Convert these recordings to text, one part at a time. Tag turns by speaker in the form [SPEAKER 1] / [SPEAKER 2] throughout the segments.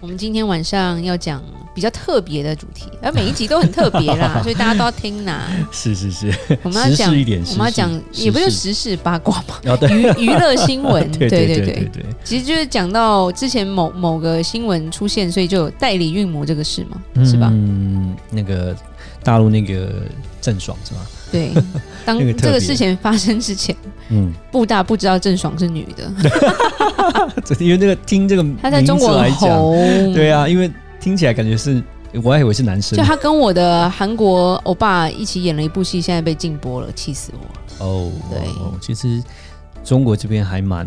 [SPEAKER 1] 我们今天晚上要讲比较特别的主题，而每一集都很特别 啦，所以大家都要听啦。
[SPEAKER 2] 是是是，
[SPEAKER 1] 我们要讲
[SPEAKER 2] 时事一点，
[SPEAKER 1] 我们要讲
[SPEAKER 2] 时事
[SPEAKER 1] 也不是
[SPEAKER 2] 时事
[SPEAKER 1] 时事八卦 嘛，
[SPEAKER 2] 哦对
[SPEAKER 1] 娱娱乐新闻，
[SPEAKER 2] 对
[SPEAKER 1] 对
[SPEAKER 2] 对
[SPEAKER 1] 对
[SPEAKER 2] 对，对，
[SPEAKER 1] 其实就是讲到之前某某个新闻出现，所以就有代理孕母这个事嘛，是吧？
[SPEAKER 2] 嗯，那个大陆那个郑爽是吗？
[SPEAKER 1] 对，当
[SPEAKER 2] 那个特别
[SPEAKER 1] 这个事情发生之前，
[SPEAKER 2] 嗯，
[SPEAKER 1] 布大不知道郑爽是女的，
[SPEAKER 2] 因为那个听这个
[SPEAKER 1] 她在中
[SPEAKER 2] 名字
[SPEAKER 1] 国
[SPEAKER 2] 来
[SPEAKER 1] 很
[SPEAKER 2] 讲，
[SPEAKER 1] 红，
[SPEAKER 2] 对啊，因为听起来感觉是，我还以为是男生
[SPEAKER 1] 就她跟我的韩国欧巴一起演了一部戏，现在被禁播了，气死我！了。
[SPEAKER 2] 哦。
[SPEAKER 1] 对
[SPEAKER 2] 哦，其实中国这边还蛮，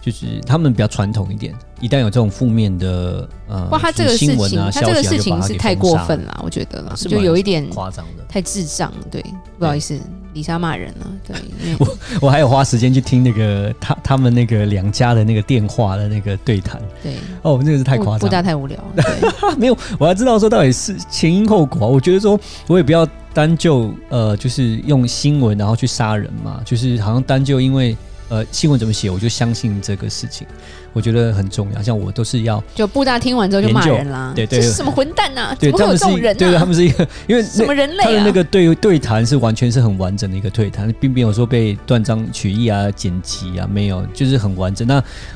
[SPEAKER 2] 就是他们比较传统一点，一旦有这种负面的呃，
[SPEAKER 1] 哇，她这个
[SPEAKER 2] 就是
[SPEAKER 1] 事
[SPEAKER 2] 新闻
[SPEAKER 1] 情，
[SPEAKER 2] 啊，
[SPEAKER 1] 她
[SPEAKER 2] 消
[SPEAKER 1] 这
[SPEAKER 2] 息啊
[SPEAKER 1] 个事情是太过分
[SPEAKER 2] 就把它给封杀了，
[SPEAKER 1] 了，我觉得啦，
[SPEAKER 2] 是
[SPEAKER 1] 就
[SPEAKER 2] 吗
[SPEAKER 1] 有一点
[SPEAKER 2] 夸张的。
[SPEAKER 1] 太智障了。对，不好意思，李莎骂人了， 对，因为
[SPEAKER 2] 我还有花时间去听那个他他们那个两家的那个电话的那个对谈，
[SPEAKER 1] 对，
[SPEAKER 2] 哦，那个是太夸
[SPEAKER 1] 布
[SPEAKER 2] 张
[SPEAKER 1] 大
[SPEAKER 2] 了。
[SPEAKER 1] 太无聊了， 对。
[SPEAKER 2] 没有，我要知道说到底是前因后果啊、我觉得说，我也不要单就呃，就是用新闻然后去杀人嘛，就是好像单就因为呃新闻怎么写，我就相信这个事情，我觉得很重要。像我都是要
[SPEAKER 1] 就布大听完之后就骂人啦，
[SPEAKER 2] 研究对对
[SPEAKER 1] 这是什么混蛋呐、啊？
[SPEAKER 2] 对
[SPEAKER 1] 怎么会
[SPEAKER 2] 他们
[SPEAKER 1] 有这
[SPEAKER 2] 是
[SPEAKER 1] 种
[SPEAKER 2] 一
[SPEAKER 1] 人
[SPEAKER 2] 对对，
[SPEAKER 1] 呐、
[SPEAKER 2] 他
[SPEAKER 1] 啊？
[SPEAKER 2] 们是一个，因为
[SPEAKER 1] 什
[SPEAKER 2] 那
[SPEAKER 1] 么人类
[SPEAKER 2] 他的
[SPEAKER 1] 啊？
[SPEAKER 2] 那个对对谈是完全是很完整的一个对谈，并没有说被断章取义啊、剪辑啊，没有，就是很完整。那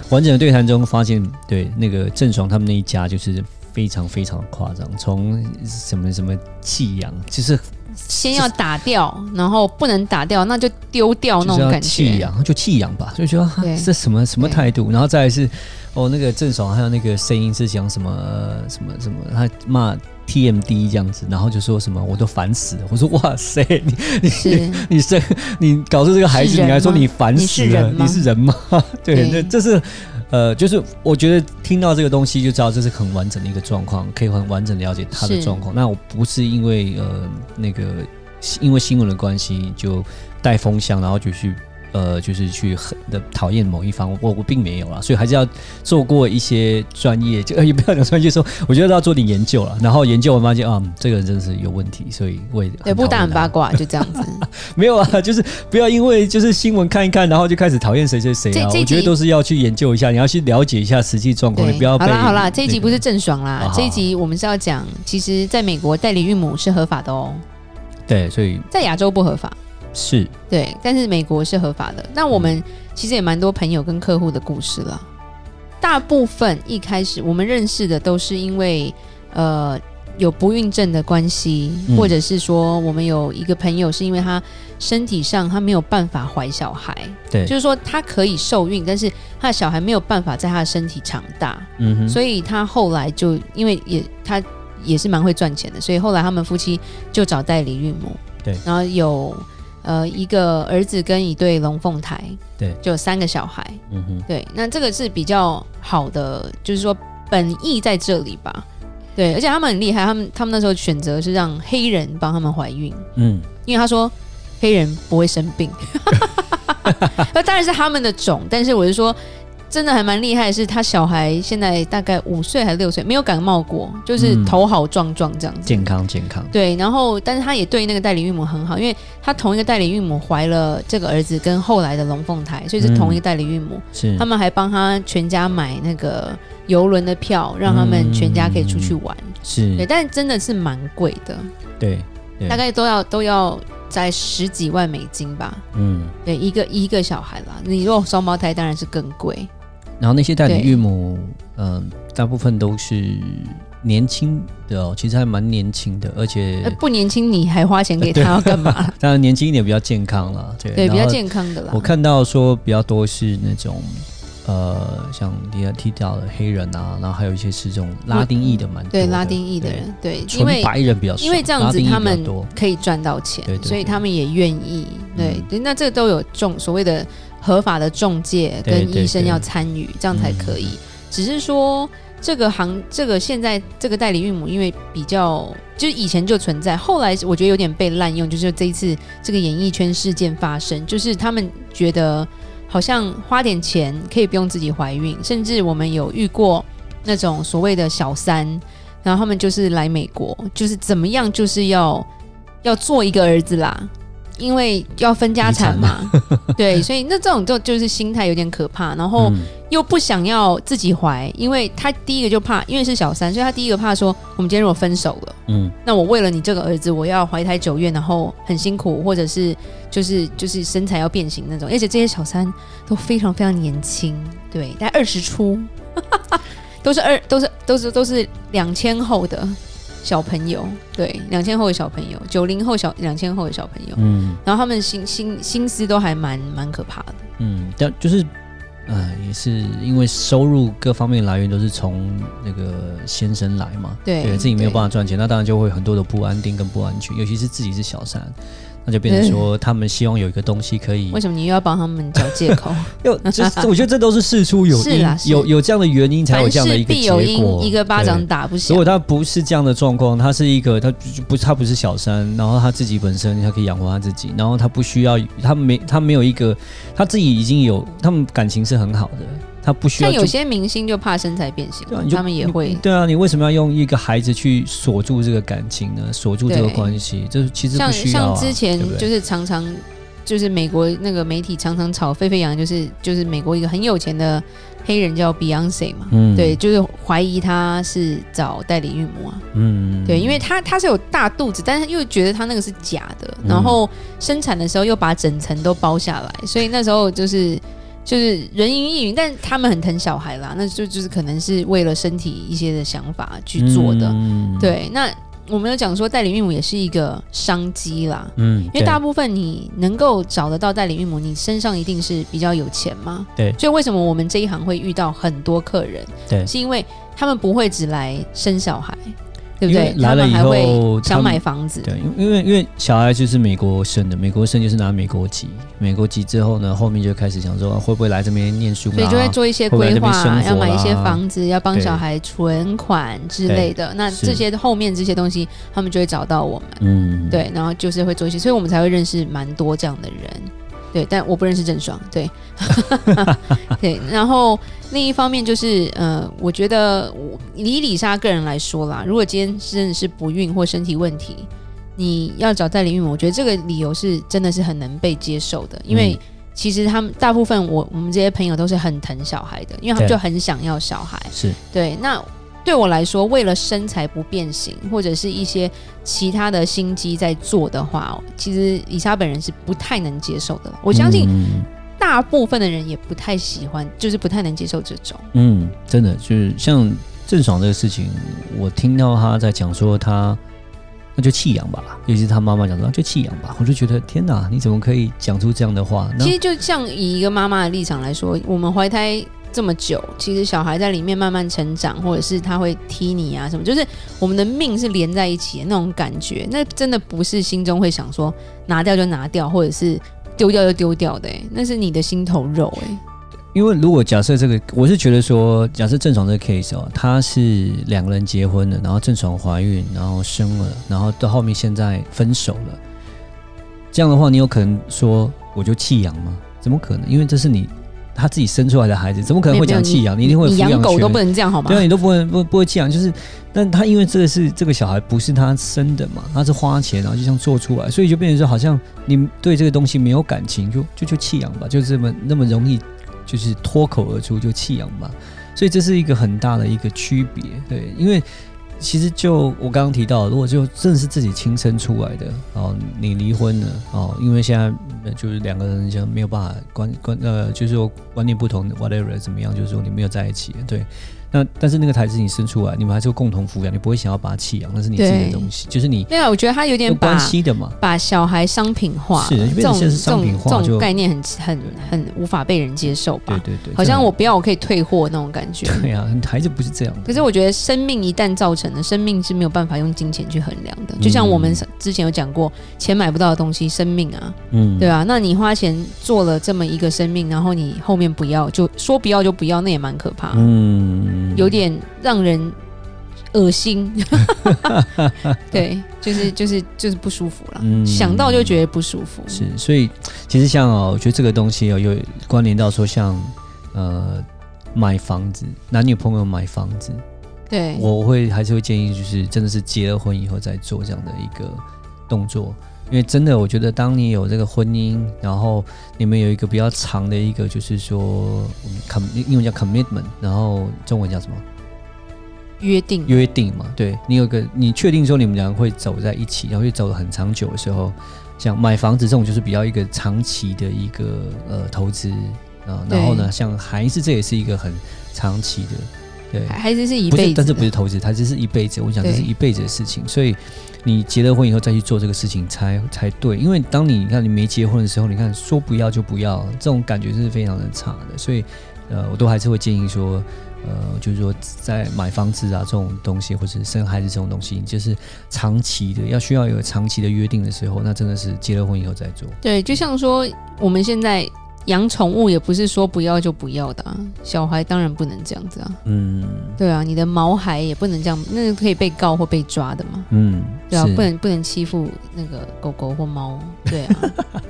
[SPEAKER 2] 完整的对谈中发现，对那个郑爽他们那一家就是非常非常夸张，从什么什么弃养，就是
[SPEAKER 1] 先要打掉，然后不能打掉，那就丢掉哦那
[SPEAKER 2] 就是
[SPEAKER 1] 种
[SPEAKER 2] 要啊
[SPEAKER 1] 感
[SPEAKER 2] 弃
[SPEAKER 1] 觉。
[SPEAKER 2] 养，就弃养吧，就觉得、啊
[SPEAKER 1] 对、
[SPEAKER 2] 这什么什么
[SPEAKER 1] 对
[SPEAKER 2] 态度，然后再来是哦，那个郑爽还有那个声音是讲什么、呃什么什么，他骂 TMD 这样子，然后就说什么我都烦死了，我说哇塞，你你
[SPEAKER 1] 是，
[SPEAKER 2] 你生你搞出这个孩
[SPEAKER 1] 是
[SPEAKER 2] 子，
[SPEAKER 1] 人
[SPEAKER 2] 你还说
[SPEAKER 1] 吗
[SPEAKER 2] 你烦死了，
[SPEAKER 1] 你
[SPEAKER 2] 你
[SPEAKER 1] 是
[SPEAKER 2] 是人吗？ 对，
[SPEAKER 1] 对
[SPEAKER 2] 那这是呃，就是我觉得听到这个东西就知道这是很完整的一个状况，可以很完整地了解他的
[SPEAKER 1] 是
[SPEAKER 2] 状况。那我不是因为呃那个因为新闻的关系就带风向，然后就去。呃，就是去很的讨厌某一方，我我并没有啦，所以还是要做过一些专业，就、呃 也不要讲专业，说我觉得要做点研究了，然后研究完发现啊、嗯这个人真的是有问题，所以我也
[SPEAKER 1] 对，
[SPEAKER 2] 很
[SPEAKER 1] 布
[SPEAKER 2] 讨
[SPEAKER 1] 大
[SPEAKER 2] 厌
[SPEAKER 1] 很
[SPEAKER 2] 他
[SPEAKER 1] 八卦，就这样 子。
[SPEAKER 2] 没有啊，就是不要因为就是新闻看一看，然后就开始讨厌谁谁谁啊。
[SPEAKER 1] 这这一
[SPEAKER 2] 我觉得
[SPEAKER 1] 集
[SPEAKER 2] 都是要去研究一下，你要去了解一下实际状况，你不要
[SPEAKER 1] 好
[SPEAKER 2] 被。啊
[SPEAKER 1] 啦好啦，这一集不是郑爽
[SPEAKER 2] 好
[SPEAKER 1] 啦
[SPEAKER 2] 好，
[SPEAKER 1] 这一集我们是要讲，其实在美国代理孕母是合法的哦，
[SPEAKER 2] 对，所以
[SPEAKER 1] 在亚洲不合法，
[SPEAKER 2] 是
[SPEAKER 1] 对，但是美国是合法
[SPEAKER 2] 嗯
[SPEAKER 1] 的。那我们其实也蛮多朋友跟客户的故事了，大部分一开始我们认识的都是因为呃有不孕症的关系，
[SPEAKER 2] 嗯
[SPEAKER 1] 或者是说我们有一个朋友是因为他身体上他没有办法怀小孩，
[SPEAKER 2] 对，
[SPEAKER 1] 就是说他可以受孕，但是他的小孩没有办法在他的身体长大，
[SPEAKER 2] 嗯哼，
[SPEAKER 1] 所以他后来就因为也他也是蛮会赚钱的，所以后来他们夫妻就找代理孕母，
[SPEAKER 2] 对
[SPEAKER 1] 然后有呃一个儿子跟一对龙凤胎，
[SPEAKER 2] 对
[SPEAKER 1] 就有三个小孩，
[SPEAKER 2] 嗯哼，
[SPEAKER 1] 对，那这个是比较好的，就是说本意在这里吧，对，而且他们很厉害，他们他们那时候选择是让黑人帮他们怀孕，
[SPEAKER 2] 嗯，
[SPEAKER 1] 因为他说黑人不会生病， 那当然是他们的种，但是我是说，真的还蛮厉害的是，他小孩现在大概五岁还是六岁，没有感冒过，就是
[SPEAKER 2] 嗯
[SPEAKER 1] 头好壮壮这样子。
[SPEAKER 2] 健康健康，
[SPEAKER 1] 对，然后但是他也对那个代理孕母很好，因为他同一个代理孕母怀了这个儿子跟后来的龙凤胎，所以是同一个代理孕母。
[SPEAKER 2] 是
[SPEAKER 1] 他们还帮他全家买那个游轮的票，让他们全家可以出去玩。对，
[SPEAKER 2] 是，
[SPEAKER 1] 但真的是蛮贵的。
[SPEAKER 2] 对，对
[SPEAKER 1] 大概都要都要在十几万美金吧。
[SPEAKER 2] 嗯。
[SPEAKER 1] 对，一个一个小孩啦，你如果双胞胎当然是更贵。
[SPEAKER 2] 然后那些代理
[SPEAKER 1] 对
[SPEAKER 2] 孕母，嗯、大部分都是年轻的哦，其实还蛮年轻的，而且
[SPEAKER 1] 呃，不年轻你还花钱给 他要干嘛？
[SPEAKER 2] 当然年轻一点比较健康啦，对，
[SPEAKER 1] 对，比较
[SPEAKER 2] 然后
[SPEAKER 1] 健康的啦
[SPEAKER 2] 我。看到说比较多是那种，呃，像你也提到的黑人啊，然后还有一些是这种拉丁裔的蛮多的
[SPEAKER 1] 对拉丁裔的人，对，
[SPEAKER 2] 对，
[SPEAKER 1] 因
[SPEAKER 2] 纯
[SPEAKER 1] 为
[SPEAKER 2] 白人比较少，
[SPEAKER 1] 因为这样
[SPEAKER 2] 拉
[SPEAKER 1] 子
[SPEAKER 2] 丁裔比较
[SPEAKER 1] 他们
[SPEAKER 2] 多，
[SPEAKER 1] 可以赚到钱
[SPEAKER 2] 对，对
[SPEAKER 1] 所以
[SPEAKER 2] 对
[SPEAKER 1] 他们也愿意。对
[SPEAKER 2] 嗯
[SPEAKER 1] 对，那这都有中所谓的合法的中介
[SPEAKER 2] 对
[SPEAKER 1] 跟
[SPEAKER 2] 对
[SPEAKER 1] 医生
[SPEAKER 2] 对嗯
[SPEAKER 1] 要参与，这样才可以。只是说，这个行这个现在这个代理孕母，因为比较就是以前就存在，后来我觉得有点被滥用，就是这一次这个演艺圈事件发生，就是他们觉得好像花点钱可以不用自己怀孕，甚至我们有遇过那种所谓的小三，然后他们就是来美国，就是怎么样就是要要做一个儿子啦。因为要分家产嘛， 对，所以那这种就就是心态有点可怕，然后
[SPEAKER 2] 嗯
[SPEAKER 1] 又不想要自己怀，因为他第一个就怕，因为是小三，所以他第一个怕说，我们今天如果分手了，
[SPEAKER 2] 嗯
[SPEAKER 1] 那我为了你这个儿子，我要怀胎九月，然后很辛苦，或者是就是就是身材要变形那种，而且这些小三都非常非常年轻，对，大概二十出， 都是二都是都是都是两千后的小朋友，对，两千后的小朋友，九零后小两千后的小朋友，
[SPEAKER 2] 嗯
[SPEAKER 1] 然后他们心心心思都还蛮蛮可怕的，
[SPEAKER 2] 嗯，但就是呃，也是因为收入各方面来源都是从那个先生来嘛，
[SPEAKER 1] 对
[SPEAKER 2] 自己没有
[SPEAKER 1] 对
[SPEAKER 2] 办法赚钱，那当然就会很多的不安定跟不安全，尤其是自己是小三，那就变成说他们希望有一个东西可以
[SPEAKER 1] 为什么你又要帮他们找借 口？
[SPEAKER 2] 有，就是我觉得这都是事出有
[SPEAKER 1] 是啦
[SPEAKER 2] 因，
[SPEAKER 1] 是
[SPEAKER 2] 有有这样的原因才有
[SPEAKER 1] 凡
[SPEAKER 2] 这样的
[SPEAKER 1] 事
[SPEAKER 2] 一个
[SPEAKER 1] 必有
[SPEAKER 2] 结
[SPEAKER 1] 因，
[SPEAKER 2] 果。
[SPEAKER 1] 一个巴掌
[SPEAKER 2] 对。
[SPEAKER 1] 打不
[SPEAKER 2] 如
[SPEAKER 1] 响
[SPEAKER 2] 果。他不是这样的状况，他是一个他就不他不是小三，然后他自己本身他可以养活他自己，然后他不需要他没他没有一个他自己已经有他们感情是很好的，他不需要
[SPEAKER 1] 像有
[SPEAKER 2] 就
[SPEAKER 1] 些明星就怕身材变形
[SPEAKER 2] 对啊你，就
[SPEAKER 1] 他们也会
[SPEAKER 2] 对啊，你为什么要用一个孩子去锁住这个感情呢？锁住这个
[SPEAKER 1] 对
[SPEAKER 2] 关系，这其实不
[SPEAKER 1] 像
[SPEAKER 2] 需要、啊、
[SPEAKER 1] 像之前
[SPEAKER 2] 对不对
[SPEAKER 1] 就是常常就是美国那个媒体常常吵沸沸扬，扬，就是就是美国一个很有钱的黑人叫 Beyonce 嘛，
[SPEAKER 2] 嗯
[SPEAKER 1] 对，就是怀疑他是找代理孕母啊，
[SPEAKER 2] 嗯
[SPEAKER 1] 对，因为他他是有大肚子，但是又觉得他那个是假的，
[SPEAKER 2] 嗯
[SPEAKER 1] 然后生产的时候又把整层都包下来，所以那时候就是就是人云亦云，但他们很疼小孩啦，那就就是可能是为了身体一些的想法去做的，
[SPEAKER 2] 嗯，
[SPEAKER 1] 对，那我们有讲说代理孕母也是一个商机啦。
[SPEAKER 2] 嗯，
[SPEAKER 1] 因
[SPEAKER 2] 对
[SPEAKER 1] 为大部分你能够找得到代理孕母，你身上一定是比较有钱嘛。
[SPEAKER 2] 对
[SPEAKER 1] 所以为什么我们这一行会遇到很多客人？
[SPEAKER 2] 对
[SPEAKER 1] 是因为他们不会只来生小孩，对不
[SPEAKER 2] 因为
[SPEAKER 1] 对？
[SPEAKER 2] 来了
[SPEAKER 1] 他们
[SPEAKER 2] 以
[SPEAKER 1] 还
[SPEAKER 2] 后
[SPEAKER 1] 会
[SPEAKER 2] 他
[SPEAKER 1] 想
[SPEAKER 2] 们
[SPEAKER 1] 买房子。
[SPEAKER 2] 对，因为因为因为小孩就是美国生的，美国生就是拿美国籍，美国籍之后呢，后面就开始想说啊会不会来这边念书啦，
[SPEAKER 1] 所以就会做一些
[SPEAKER 2] 啊会来
[SPEAKER 1] 规
[SPEAKER 2] 这边生
[SPEAKER 1] 划，
[SPEAKER 2] 活
[SPEAKER 1] 要买一些
[SPEAKER 2] 啦
[SPEAKER 1] 房子，要帮
[SPEAKER 2] 对
[SPEAKER 1] 小孩存款之类的。那
[SPEAKER 2] 是
[SPEAKER 1] 这些后面这些东西，他们就会找到我们。
[SPEAKER 2] 嗯，
[SPEAKER 1] 对，然后就是会做一些，所以我们才会认识蛮多这样的人。对，但我不认识郑爽。 对，对。然后另一方面就是，呃，我觉得我以李莎个人来说啦，如果今天真的是不孕或身体问题，你要找代理孕母，我觉得这个理由是真的是很能被接受的，因为
[SPEAKER 2] 嗯
[SPEAKER 1] 其实他们大部分我我们这些朋友都是很疼小孩的，因为他们
[SPEAKER 2] 对
[SPEAKER 1] 就很想要小孩。
[SPEAKER 2] 是，
[SPEAKER 1] 对，那对我来说，为了身材不变形或者是一些其他的心机在做的话哦，其实以莎本人是不太能接受的。我
[SPEAKER 2] 我
[SPEAKER 1] 相信
[SPEAKER 2] 嗯
[SPEAKER 1] 大部分的人也不太喜欢，就是不太能接受这种。
[SPEAKER 2] 嗯，真的就是像郑爽这个事情，我听到他在讲说他。那就弃养吧，尤其是他妈妈讲说啊就弃养吧，我就觉得天哪，你怎么可以讲出这样的话？那
[SPEAKER 1] 其实就像以一个妈妈的立场来说，我们怀胎这么久，其实小孩在里面慢慢成长，或者是他会踢你啊什么，就是我们的命是连在一起的那种感觉。那真的不是心中会想说拿掉就拿掉，或者是丢掉就丢掉的、欸，那是你的心头肉、欸，
[SPEAKER 2] 因为如果假设这个，我是觉得说，假设郑爽这个 case 哦，她是两个人结婚了，然后郑爽怀孕，然后生了，然后到后面现在分手了，这样的话，你有可能说我就弃养吗？怎么可能？因为这是你她自己生出来的孩子，怎么可能会讲弃啊养？你一定会有
[SPEAKER 1] 你
[SPEAKER 2] 抚
[SPEAKER 1] 养
[SPEAKER 2] 养
[SPEAKER 1] 狗都
[SPEAKER 2] 权
[SPEAKER 1] 不。能这样好吗
[SPEAKER 2] 对？啊，你都不能不不会弃养，就是，但她因为这个是这个小孩不是她生的嘛，她是花钱然后就这样做出来，所以就变成说好像你对这个东西没有感情，就就就弃养吧，就这么那么容易就是脱口而出就弃养吧，所以这是一个很大的一个区别，对，因为。其实就我刚刚提到，如果就正是自己亲生出来的哦，你离婚了哦，因为现在呃就是两个人就没有办法观观呃，就是说观念不同，whatever 怎么样，就是说你没有在一起，对。那但是那个孩子你生出来，啊你们还是会共同抚养，你不会想要把它弃养，那是你自己的
[SPEAKER 1] 对
[SPEAKER 2] 东西，就是你
[SPEAKER 1] 对啊，我觉得他有
[SPEAKER 2] 有
[SPEAKER 1] 点把
[SPEAKER 2] 关系的嘛。
[SPEAKER 1] 把小孩商品化
[SPEAKER 2] 是
[SPEAKER 1] 了，
[SPEAKER 2] 就变
[SPEAKER 1] 这
[SPEAKER 2] 成
[SPEAKER 1] 种
[SPEAKER 2] 现在
[SPEAKER 1] 这
[SPEAKER 2] 是商
[SPEAKER 1] 种
[SPEAKER 2] 品化
[SPEAKER 1] 这
[SPEAKER 2] 就
[SPEAKER 1] 种概念很很很无法被人接受吧？
[SPEAKER 2] 对对对，
[SPEAKER 1] 好像
[SPEAKER 2] 这
[SPEAKER 1] 我
[SPEAKER 2] 样
[SPEAKER 1] 不要，我可以退货那种感觉。
[SPEAKER 2] 对啊，孩子不是这样的。
[SPEAKER 1] 可是我觉得生命一旦造成了，生命是没有办法用金钱去衡量
[SPEAKER 2] 嗯
[SPEAKER 1] 的。就像我们之前有讲过，钱买不到的东西，生命啊，
[SPEAKER 2] 嗯，
[SPEAKER 1] 对啊，那你花钱做了这么一个生命，然后你后面不要，就说不要就不要，那也蛮可怕。
[SPEAKER 2] 嗯，嗯
[SPEAKER 1] 有点让人 恶心。对，就是就是就是不舒服了，
[SPEAKER 2] 嗯
[SPEAKER 1] 想到就觉得不舒服。
[SPEAKER 2] 是，所以其实像哦，我觉得这个东西哦，有关联到说像呃买房子，男女朋友买房子，
[SPEAKER 1] 对，
[SPEAKER 2] 我会还是会建议，就是真的是结了婚以后再做这样的一个动作，因为真的我觉得，当你有这个婚姻，然后你们有一个比较长的一个，就是说我们 com 英文叫 commitment，然后中文叫什么
[SPEAKER 1] 约定
[SPEAKER 2] 约定嘛？对你有个你确定说你们两个会走在一起，然后又走了很长久的时候，像买房子这种就是比较一个长期的一个呃投资啊、然后呢，
[SPEAKER 1] 对
[SPEAKER 2] 像孩子这也是一个很长期的。对，
[SPEAKER 1] 还还是是一
[SPEAKER 2] 不
[SPEAKER 1] 辈
[SPEAKER 2] 是，
[SPEAKER 1] 子，
[SPEAKER 2] 但是不是投资，它这是一辈子。我想这
[SPEAKER 1] 对
[SPEAKER 2] 是一辈子的事情，所以你结了婚以后再去做这个事情才才对。因为当你你看你没结婚的时候，你看说不要就不要，这种感觉是非常的差的。所以呃，我都还是会建议说，呃，就是说在买房子啊这种东西，或者是生孩子这种东西，就是长期的要需要有长期的约定的时候，那真的是结了婚以后再做。
[SPEAKER 1] 对，就像说我们现在养宠物也不是说不要就不要的、啊，小孩当然不能这样子啊。
[SPEAKER 2] 嗯
[SPEAKER 1] 对啊，你的毛孩也不能这样，那个可以被告或被抓的嘛。
[SPEAKER 2] 嗯，
[SPEAKER 1] 对啊，
[SPEAKER 2] 是
[SPEAKER 1] 不能不能欺负那个狗狗或猫。对啊，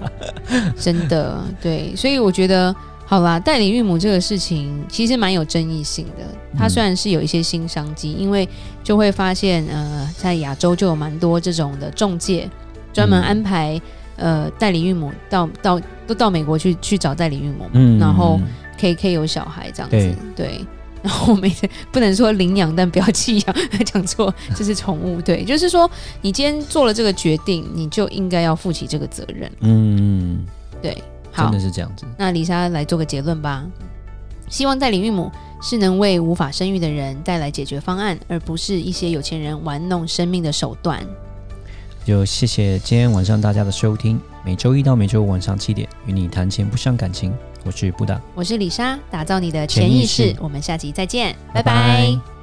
[SPEAKER 1] 真的对，所以我觉得好啦，代理孕母这个事情其实蛮有争议性的。它
[SPEAKER 2] 嗯
[SPEAKER 1] 虽然是有一些新商机，因为就会发现呃，在亚洲就有蛮多这种的中介专门
[SPEAKER 2] 嗯
[SPEAKER 1] 安排、呃代理孕母到到都到美国去去找代理孕母嘛，
[SPEAKER 2] 嗯
[SPEAKER 1] 然后 K K 有小孩这样子，
[SPEAKER 2] 对
[SPEAKER 1] 对。然后我们也不能说领养，但不要弃养， 讲错，这是宠物。对，就是说你今天做了这个决定，你就应该要负起这个责任。
[SPEAKER 2] 嗯，
[SPEAKER 1] 对，
[SPEAKER 2] 真
[SPEAKER 1] 好
[SPEAKER 2] 的，是这样子。
[SPEAKER 1] 那李莎来做个结论吧。希望代理孕母是能为无法生育的人带来解决方案，而不是一些有钱人玩弄生命的手段。
[SPEAKER 2] 就谢谢今天晚上大家的收听，每周一到每周五晚上七点，与你谈钱不伤感情，我是布达，
[SPEAKER 1] 我是李莎，打造你的
[SPEAKER 2] 潜
[SPEAKER 1] 潜
[SPEAKER 2] 意
[SPEAKER 1] 意
[SPEAKER 2] 识
[SPEAKER 1] 识。我们下集再见，
[SPEAKER 2] 拜
[SPEAKER 1] 拜拜
[SPEAKER 2] 拜